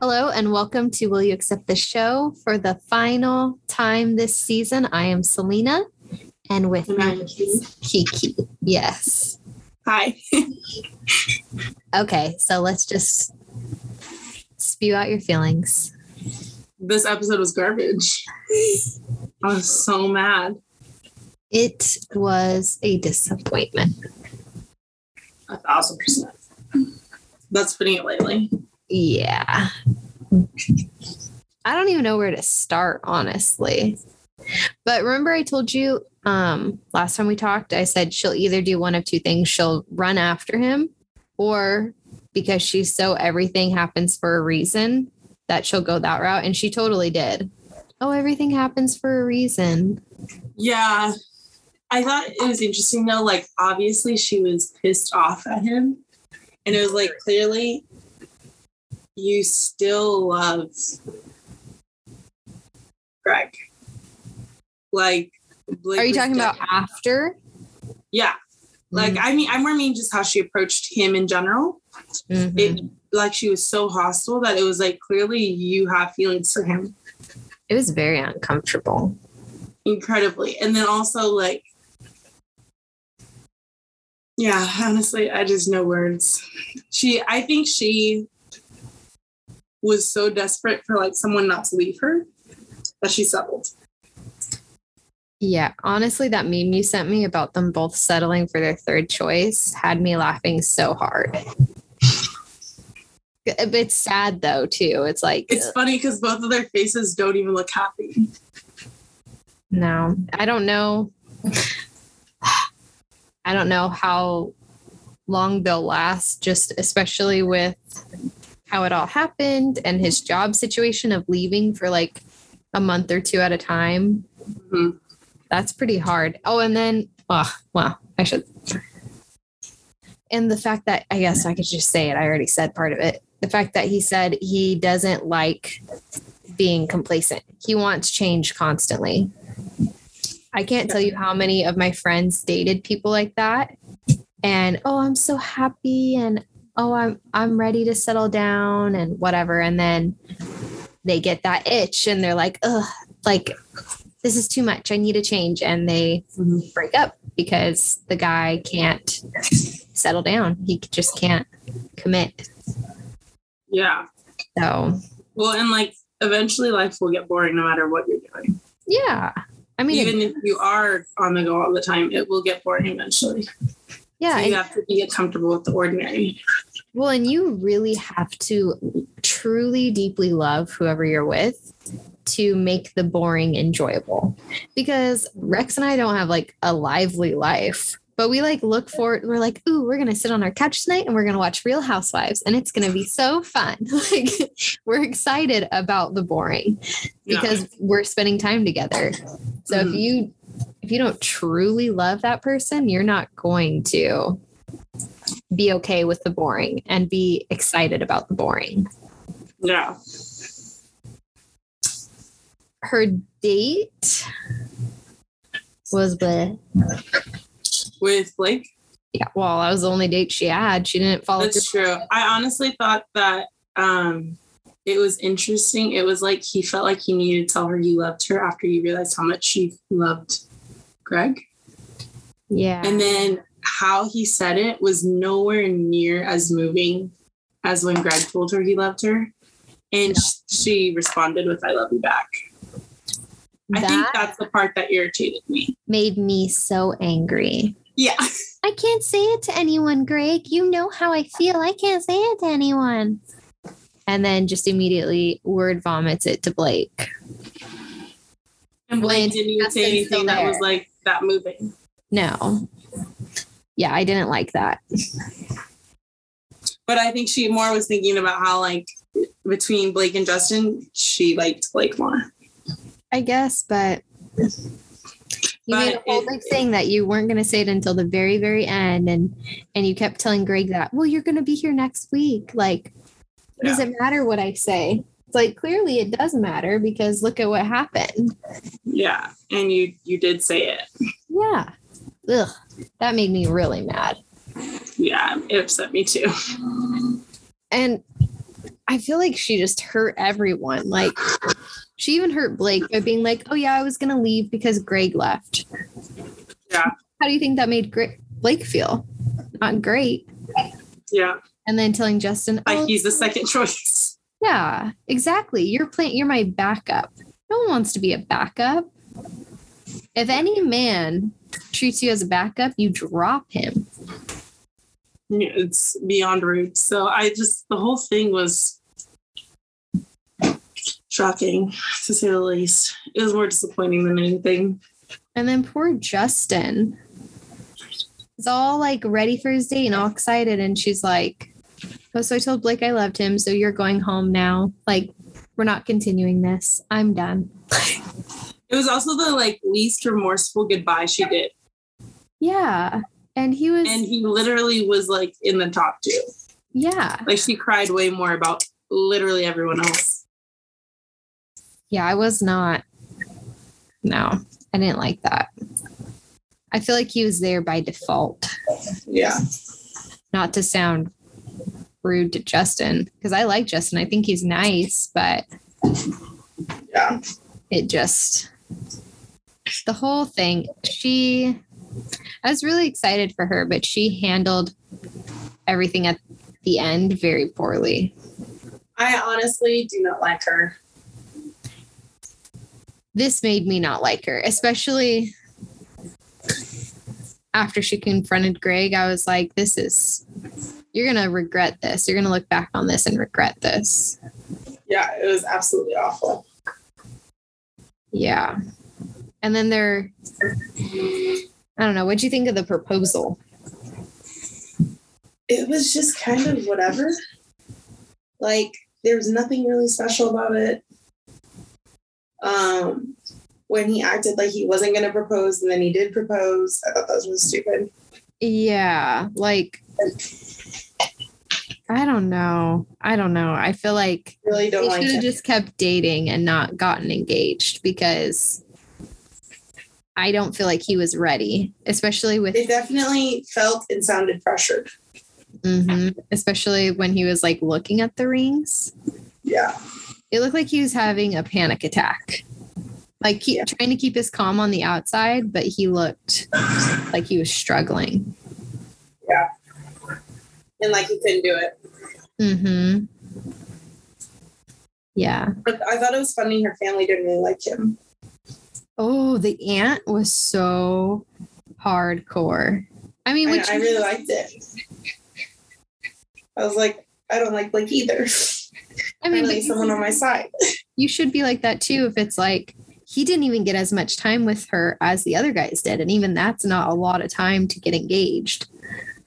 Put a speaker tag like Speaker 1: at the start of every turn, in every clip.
Speaker 1: Hello, and welcome to Will You Accept the Show for the final time this season. I am Selena, and with
Speaker 2: And
Speaker 1: me
Speaker 2: I'm
Speaker 1: is Kiki. Yes.
Speaker 2: Hi.
Speaker 1: Okay, so let's just spew out your feelings.
Speaker 2: This episode was garbage. I was so mad.
Speaker 1: It was a disappointment.
Speaker 2: A thousand percent. That's putting it lightly.
Speaker 1: Yeah. I don't even know where to start, honestly. But remember, I told you um, last time we talked, I said she'll either do one of two things. She'll run after him, or because she's so everything happens for a reason, that she'll go that route. And she totally did. Oh, everything happens for a reason.
Speaker 2: Yeah. I thought it was interesting though. Like, obviously, she was pissed off at him. And it was like, clearly, you still love Greg. Like,
Speaker 1: Are you talking about Mm-hmm. after?
Speaker 2: Yeah. Like, I mean, I'm more mean just how she approached him in general.
Speaker 1: Mhm.
Speaker 2: it like she was so hostile that it was like clearly you have feelings for him
Speaker 1: it was very uncomfortable.
Speaker 2: incredibly and then also like yeah honestly i just no words she i think she was so desperate for like someone not to leave her that she settled
Speaker 1: Yeah, honestly, that meme you sent me about them both settling for their third choice had me laughing so hard. It's sad though, too. It's like,
Speaker 2: it's funny because both of their faces don't even look happy
Speaker 1: no, I don't know. I don't know how long they'll last, just especially with how it all happened and his job situation of leaving for like a month or two at a time.
Speaker 2: Mhm.
Speaker 1: That's pretty hard. Oh, and then, oh, well, I should. And the fact that, I guess I could just say it, I already said part of it. The fact that he said he doesn't like being complacent, he wants change constantly. I can't tell you how many of my friends dated people like that. And, oh, I'm so happy. And, oh, I'm, I'm ready to settle down and whatever. And then they get that itch and they're like, ugh, like this is too much. I need a change. And they
Speaker 2: Mhm.
Speaker 1: break up because the guy can't settle down. He just can't commit.
Speaker 2: yeah
Speaker 1: So,
Speaker 2: well and like eventually life will get boring no matter what you're doing
Speaker 1: yeah. I mean,
Speaker 2: even if you are on the go all the time, it will get boring eventually.
Speaker 1: yeah.
Speaker 2: so
Speaker 1: and-
Speaker 2: you have to be comfortable with the ordinary.
Speaker 1: Well, and you really have to truly deeply love whoever you're with to make the boring enjoyable. Because Rex and I don't have like a lively life, but we like look forward. We're like, ooh, we're gonna sit on our couch tonight and we're gonna watch Real Housewives, and it's gonna be so fun. Like we're excited about the boring
Speaker 2: Yeah.
Speaker 1: because we're spending time together. So if
Speaker 2: Mhm.
Speaker 1: you if you don't truly love that person, you're not going to be okay with the boring and be excited about the boring.
Speaker 2: yeah,
Speaker 1: Her date was with
Speaker 2: with Blake,
Speaker 1: yeah, well, that was the only date she had. She didn't follow
Speaker 2: that's
Speaker 1: through.
Speaker 2: true. I honestly thought that um, it was interesting. It was like he felt like he needed to tell her he loved her after he realized how much she loved Greg,
Speaker 1: Yeah.
Speaker 2: and then how he said it was nowhere near as moving as when Greg told her he loved her, and sh she responded with "I love you" back. I think
Speaker 1: that
Speaker 2: that's the part that irritated me.
Speaker 1: made me so angry.
Speaker 2: Yeah.
Speaker 1: I can't say it to anyone, Greg. You know how I feel. I can't say it to anyone. And then just immediately word vomits it to Blake.
Speaker 2: And
Speaker 1: Blaine
Speaker 2: Blaine didn't even say
Speaker 1: Justin's still
Speaker 2: anything that was
Speaker 1: there.
Speaker 2: like that moving.
Speaker 1: No. Yeah, I didn't like that.
Speaker 2: But I think she more was thinking about how like between Blake and Justin, she liked Blake more.
Speaker 1: I guess, but you made a
Speaker 2: But
Speaker 1: whole
Speaker 2: it-
Speaker 1: big thing that you weren't going to say it until the very, very end, and and you kept telling Greg that, well, you're going to be here next week. Like, what does it matter what I say? It's like clearly it does matter because look at what happened.
Speaker 2: Yeah. And you you did say it.
Speaker 1: Yeah, ugh, that made me really mad.
Speaker 2: Yeah. It upset me too.
Speaker 1: And I feel like she just hurt everyone. Like she even hurt Blake by being like, "Oh yeah, I was gonna leave because Greg left."
Speaker 2: Yeah.
Speaker 1: How do you think that made Gre- Blake feel? Not great.
Speaker 2: Yeah.
Speaker 1: And then telling Justin,
Speaker 2: Like
Speaker 1: "Oh
Speaker 2: he's the second choice.
Speaker 1: yeah, exactly. You're playing. You're my backup. No one wants to be a backup. If any man treats you as a backup, you drop him.
Speaker 2: Yeah, It's beyond rude. So I just, the whole thing was shocking to say the least. It was more disappointing than anything.
Speaker 1: And then poor Justin is all like ready for his date and all excited, and she's like, "Oh, so I told Blake I loved him. So you're going home now. Like, we're not continuing this. I'm done."
Speaker 2: It was also the like least remorseful goodbye she did.
Speaker 1: Yeah, and he was.
Speaker 2: And he literally was like in the top two.
Speaker 1: yeah,
Speaker 2: Like she cried way more about literally everyone else.
Speaker 1: Yeah, I was not. No, I didn't like that. I feel like he was there by default,
Speaker 2: Yeah.
Speaker 1: not to sound rude to Justin, because I like Justin. I think he's nice, but
Speaker 2: Yeah.
Speaker 1: it just, the whole thing, she, I was really excited for her, but she handled everything at the end very poorly.
Speaker 2: I honestly do not like her.
Speaker 1: this made me not like her, especially after she confronted Greg. I was like, this is, you're going to regret this. You're going to look back on this and regret this.
Speaker 2: Yeah, it was absolutely awful.
Speaker 1: Yeah. And then they're, I don't know. What'd you think of the proposal?
Speaker 2: It was just kind of whatever. Like there was nothing really special about it.
Speaker 3: um, when he acted like he wasn't going to propose and then he did propose. I thought that was stupid.
Speaker 1: Yeah. Like, I don't know. I don't know. I feel like
Speaker 3: Really don't
Speaker 1: they
Speaker 3: like
Speaker 1: should
Speaker 3: it.
Speaker 1: have just kept dating and not gotten engaged because I don't feel like he was ready, especially with
Speaker 3: It definitely felt and sounded pressured.
Speaker 1: Mhm. especially when he was like looking at the rings.
Speaker 3: Yeah.
Speaker 1: It looked like he was having a panic attack. Like keep
Speaker 3: Yeah.
Speaker 1: trying to keep his calm on the outside, but he looked like he was struggling.
Speaker 3: And like he couldn't do it.
Speaker 1: Mhm. Yeah.
Speaker 3: But I thought it was funny her family didn't really like him.
Speaker 1: Oh, the aunt was so hardcore. I mean,
Speaker 3: I,
Speaker 1: which
Speaker 3: I really liked it. I was like, I don't like Blake either.
Speaker 1: I
Speaker 3: I
Speaker 1: mean,
Speaker 3: mean,
Speaker 1: but
Speaker 3: need
Speaker 1: you-
Speaker 3: someone on my side.
Speaker 1: you should be like that too if it's like he didn't even get as much time with her as the other guys did and even that's not a lot of time to get engaged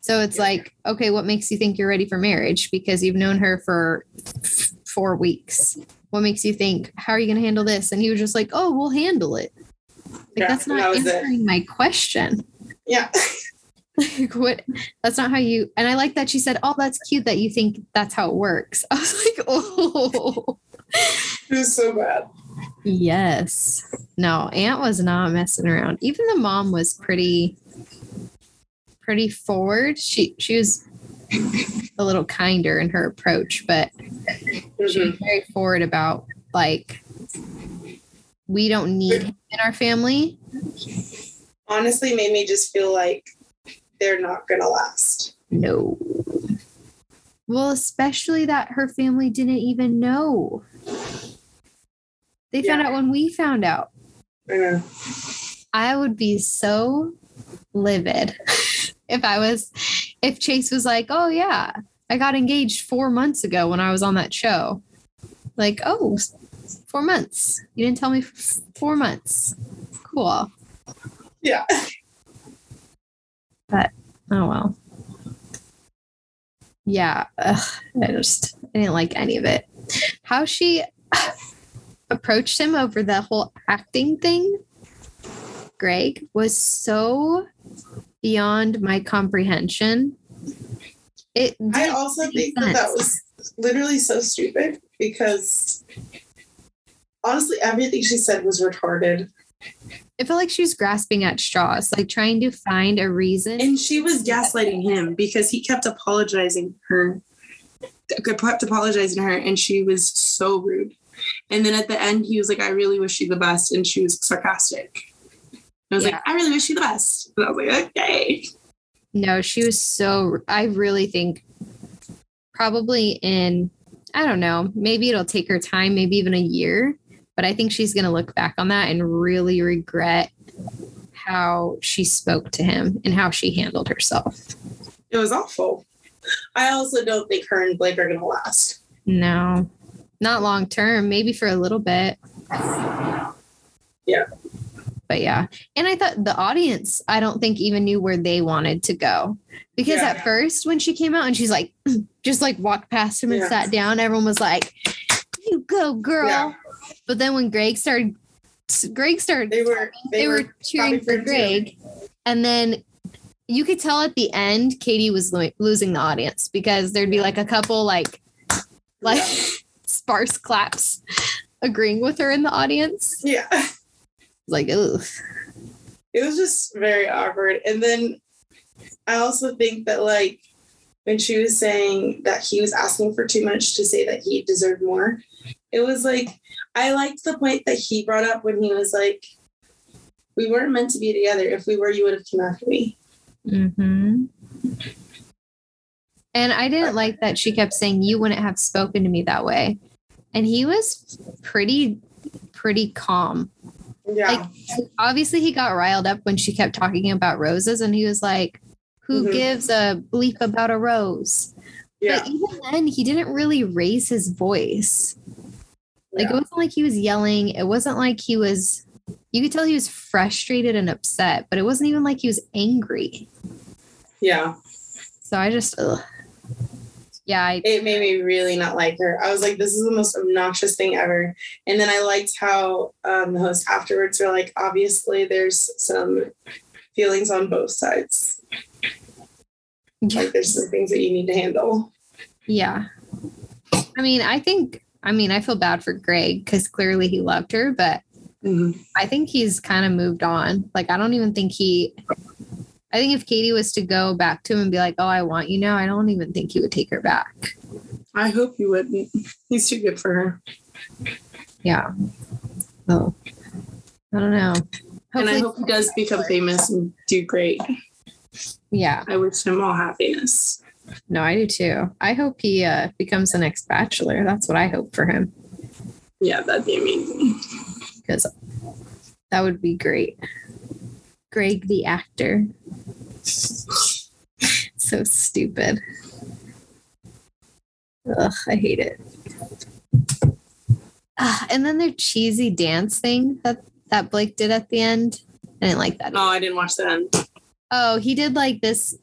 Speaker 1: so it's like okay what makes you think you're ready for marriage because you've known her for f- four weeks what makes you think how are you going to handle this and he was just like oh we'll handle it like
Speaker 3: Yeah,
Speaker 1: that's
Speaker 3: and
Speaker 1: not
Speaker 3: that was it.
Speaker 1: answering my question
Speaker 3: Yeah.
Speaker 1: like what that's not how you and i like that she said oh that's cute that you think that's how it works i was like oh
Speaker 3: It was so bad.
Speaker 1: Yes. No, Aunt was not messing around. Even the mom was pretty pretty forward. She she was a little kinder in her approach, but she
Speaker 3: Mm-hmm.
Speaker 1: was very forward about like we don't need him in our family.
Speaker 3: Honestly, made me just feel like they're not going to last.
Speaker 1: No. Well, especially that her family didn't even know. They found out when we found out.
Speaker 3: I know.
Speaker 1: I would be so livid if I was, if Chase was like, oh, yeah, I got engaged four months ago when I was on that show. Like, oh, four months. You didn't tell me f- four months. Cool.
Speaker 3: Yeah.
Speaker 1: But, oh, well. Yeah. Ugh, I just, I didn't like any of it. How she approached him over the whole acting thing Greg was so beyond my comprehension. It
Speaker 3: I
Speaker 1: didn't
Speaker 3: also
Speaker 1: make
Speaker 3: think that that
Speaker 1: sense.
Speaker 3: was literally so stupid because honestly, everything she said was retarded.
Speaker 1: it felt like she was grasping at straws, like trying to find a reason.
Speaker 2: And she was gaslighting him because he kept apologizing to her kept apologizing to her, and she was so rude. And then at the end, he was like, "I really wish you the best," and she was sarcastic. I was
Speaker 1: Yeah.
Speaker 2: like, "I really wish you the best," and I was like, "Okay."
Speaker 1: No, she was so. I really think probably in, I don't know, maybe it'll take her time, maybe even a year, but I think she's going to look back on that and really regret how she spoke to him and how she handled herself.
Speaker 3: It was awful. I also don't think her and Blake are going to last.
Speaker 1: No, not long term, maybe for a little bit.
Speaker 3: Yeah.
Speaker 1: But yeah. And I thought the audience, I don't think even knew where they wanted to go. Because
Speaker 3: Yeah.
Speaker 1: at first, when she came out and she's like, just like walked past him and
Speaker 3: Yeah.
Speaker 1: sat down, everyone was like, you go, girl.
Speaker 3: Yeah.
Speaker 1: But then when Greg started, Greg started,
Speaker 3: They were
Speaker 1: they, were, cheering
Speaker 3: clapping
Speaker 1: for
Speaker 3: for him, too.
Speaker 1: Greg. And then you could tell at the end, Katie was lo- losing the audience because there'd be like a couple like like sparse claps agreeing with her in the audience.
Speaker 3: yeah. Yeah.
Speaker 1: Like, ooh,
Speaker 3: It was just very awkward. And then I also think that like when she was saying that he was asking for too much to say that he deserved more, it was like I liked the point that he brought up when he was like, "We weren't meant to be together. If we were, you would have come after me."
Speaker 1: mm-hmm. And I didn't like that she kept saying you wouldn't have spoken to me that way. And he was pretty pretty calm.
Speaker 3: Yeah,
Speaker 1: Like obviously he got riled up when she kept talking about roses and he was like, who
Speaker 3: Mhm.
Speaker 1: gives a bleep about a rose?
Speaker 3: yeah,
Speaker 1: But even then, he didn't really raise his voice. Like
Speaker 3: Yeah.
Speaker 1: it wasn't like he was yelling. It wasn't like he was. You could tell he was frustrated and upset, but it wasn't even like he was angry.
Speaker 3: yeah.
Speaker 1: So I just, ugh. yeah, I,
Speaker 3: It made me really not like her. I was like, "This is the most obnoxious thing ever." And then I liked how um, the host afterwards were like, "Obviously, there's some feelings on both sides."
Speaker 1: yeah,
Speaker 3: Like there's some things that you need to handle.
Speaker 1: yeah. I mean, I think. I mean, I feel bad for Greg because clearly he loved her, but
Speaker 2: Mm-hmm.
Speaker 1: I think he's kind of moved on. Like, I don't even think he. I think if Katie was to go back to him and be like, "Oh, I want you now," I don't even think he would take her back.
Speaker 2: I hope you wouldn't. He's too good for her.
Speaker 1: Yeah. Oh. I don't know.
Speaker 2: and I
Speaker 1: Hopefully-
Speaker 2: hope he does become famous and do great.
Speaker 1: yeah.
Speaker 2: I wish him all happiness.
Speaker 1: No, I do too. I hope he uh, becomes the next bachelor. That's what I hope for him
Speaker 2: Yeah, that'd be amazing.
Speaker 1: because that would be great. Greg the actor. so stupid. Ugh, I hate it. Ah, and then their cheesy dance thing that that Blake did at the end. I didn't like that.
Speaker 2: Oh, I didn't watch that. end.
Speaker 1: Oh, he did like this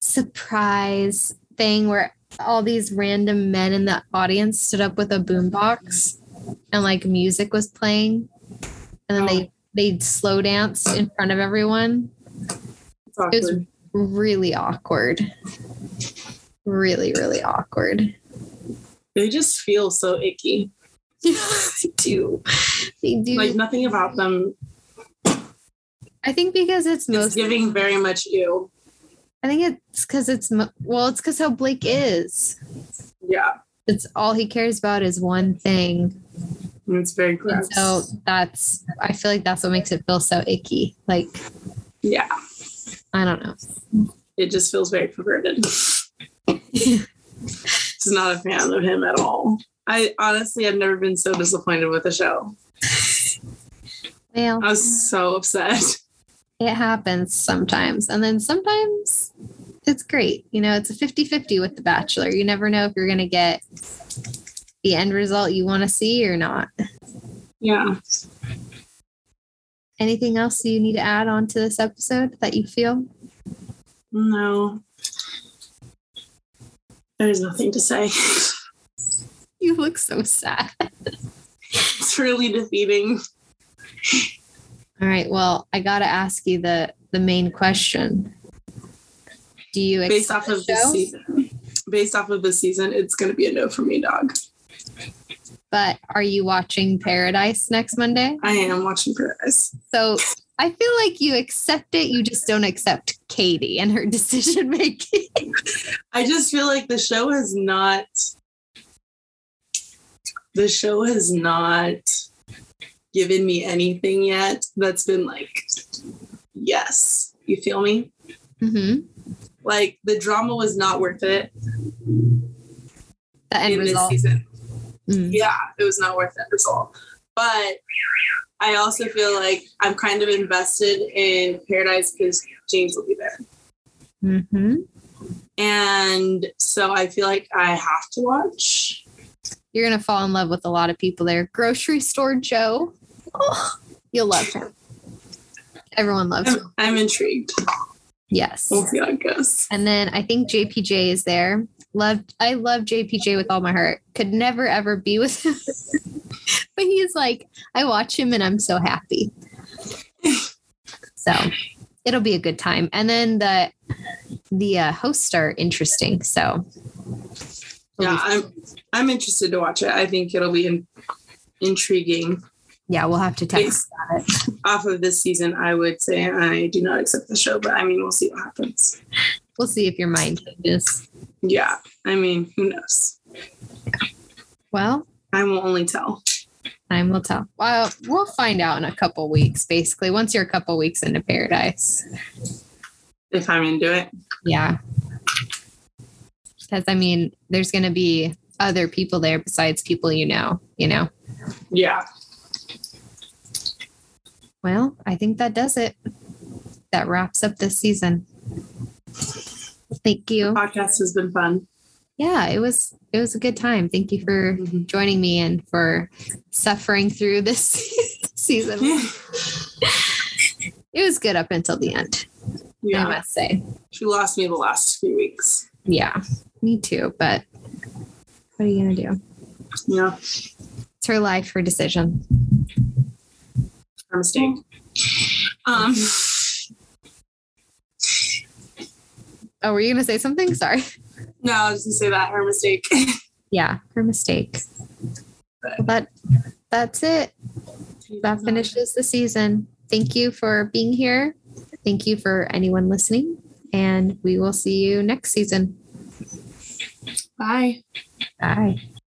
Speaker 1: surprise thing where all these random men in the audience stood up with a boombox and like music was playing. And then they they slow danced in front of everyone.
Speaker 2: It's awkward.
Speaker 1: was- Really awkward. Really, really awkward.
Speaker 2: they just feel so icky.
Speaker 1: they do. They do.
Speaker 2: Like nothing about them.
Speaker 1: I think because it's
Speaker 2: It's
Speaker 1: most
Speaker 2: giving very much you.
Speaker 1: I think it's because it's mo- well, it's because how Blake is.
Speaker 2: Yeah,
Speaker 1: It's all he cares about is one thing.
Speaker 2: and it's very
Speaker 1: And
Speaker 2: gross.
Speaker 1: so that's I feel like that's what makes it feel so icky. Like
Speaker 2: yeah,
Speaker 1: I don't know.
Speaker 2: it just feels very perverted. Just not a fan of him at all. I honestly have never been so disappointed with the show.
Speaker 1: Well,
Speaker 2: I was so upset.
Speaker 1: it happens sometimes. And then sometimes it's great. You know, it's a 50-50 with The Bachelor. You never know if you're gonna get the end result you want to see or not.
Speaker 2: Yeah.
Speaker 1: Anything else you need to add on to this episode that you feel?
Speaker 2: No. There's nothing to say. it's
Speaker 1: You look so sad.
Speaker 2: really defeating.
Speaker 1: All right. Well, I gotta ask you the the main question. Do you
Speaker 2: based
Speaker 1: accept
Speaker 2: off
Speaker 1: the
Speaker 2: of this
Speaker 1: show?
Speaker 2: season. Based off of this season, it's gonna be a no for me, dog.
Speaker 1: But are you watching Paradise next Monday?
Speaker 2: I am watching Paradise.
Speaker 1: So I feel like you accept it, you just don't accept Katie and her decision making.
Speaker 2: I just feel like the show has not the show has not given me anything yet that's been like yes. You feel me?
Speaker 1: Mhm.
Speaker 2: Like the drama was not worth it
Speaker 1: The end
Speaker 2: in this
Speaker 1: result.
Speaker 2: season.
Speaker 1: Mm.
Speaker 2: Yeah, it was not worth it at all. But I also feel like I'm kind of invested in Paradise because James will be there.
Speaker 1: Mhm.
Speaker 2: And so I feel like I have to watch.
Speaker 1: You're gonna fall in love with a lot of people there. Grocery store Joe. Oh, you'll love him. Everyone loves him.
Speaker 2: I'm, I'm intrigued.
Speaker 1: Yes.
Speaker 2: We'll see how it goes.
Speaker 1: And then I think JPJ is there. Loved I love JPJ with all my heart. Could never ever be with him. but he's like, I watch him and I'm so happy. So it'll be a good time. And then the the uh, hosts are interesting. So
Speaker 2: Yeah, I'm I'm interested to watch it. I think it'll be in, intriguing.
Speaker 1: yeah, we'll have to text.
Speaker 2: Based off of this season, I would say I do not accept the show, but I mean, we'll see what happens.
Speaker 1: We'll see if your mind changes.
Speaker 2: Yeah, I mean, who knows?
Speaker 1: Well,
Speaker 2: I will only tell.
Speaker 1: time will tell. Well, we'll find out in a couple weeks, basically. Once you're a couple weeks into paradise.
Speaker 2: if I'm into it.
Speaker 1: Yeah.
Speaker 2: Um,
Speaker 1: Because I mean, there's going to be other people there besides people you know, you know.
Speaker 2: Yeah.
Speaker 1: Well, I think that does it. That wraps up this season. Thank you.
Speaker 2: Podcast has been fun.
Speaker 1: Yeah, it was it was a good time. Thank you for
Speaker 2: Mm-hmm.
Speaker 1: joining me and for suffering through this season.
Speaker 2: Yeah.
Speaker 1: It was good up until the end, I
Speaker 2: yeah.
Speaker 1: must say.
Speaker 2: She lost me the last few weeks.
Speaker 1: Yeah. Me too, but what are you going to do?
Speaker 2: Yeah.
Speaker 1: It's her life, her decision.
Speaker 2: Her mistake. Um,
Speaker 1: Oh, were you going to say something? Sorry.
Speaker 2: no, I was gonna say that her mistake.
Speaker 1: yeah, her mistake. Well, that that's it. That finishes the season. Thank you for being here. Thank you for anyone listening, and we will see you next season.
Speaker 2: Bye.
Speaker 1: Bye.